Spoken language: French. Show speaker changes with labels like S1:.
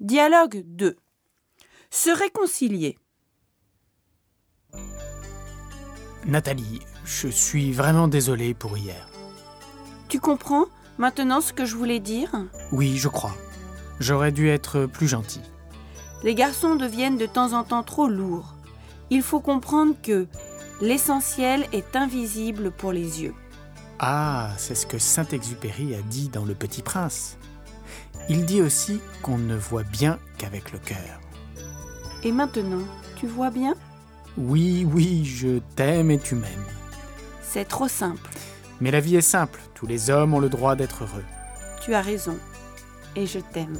S1: Dialogue 2. Se réconcilier.
S2: Nathalie, je suis vraiment désolé pour hier.
S1: Tu comprends maintenant ce que je voulais dire
S2: Oui, je crois. J'aurais dû être plus gentil.
S1: Les garçons deviennent de temps en temps trop lourds. Il faut comprendre que l'essentiel est invisible pour les yeux.
S2: Ah, c'est ce que Saint-Exupéry a dit dans Le Petit Prince. Il dit aussi qu'on ne voit bien qu'avec le cœur.
S1: Et maintenant, tu vois bien
S2: Oui, oui, je t'aime et tu m'aimes.
S1: C'est trop simple.
S2: Mais la vie est simple, tous les hommes ont le droit d'être heureux.
S1: Tu as raison. Et je t'aime.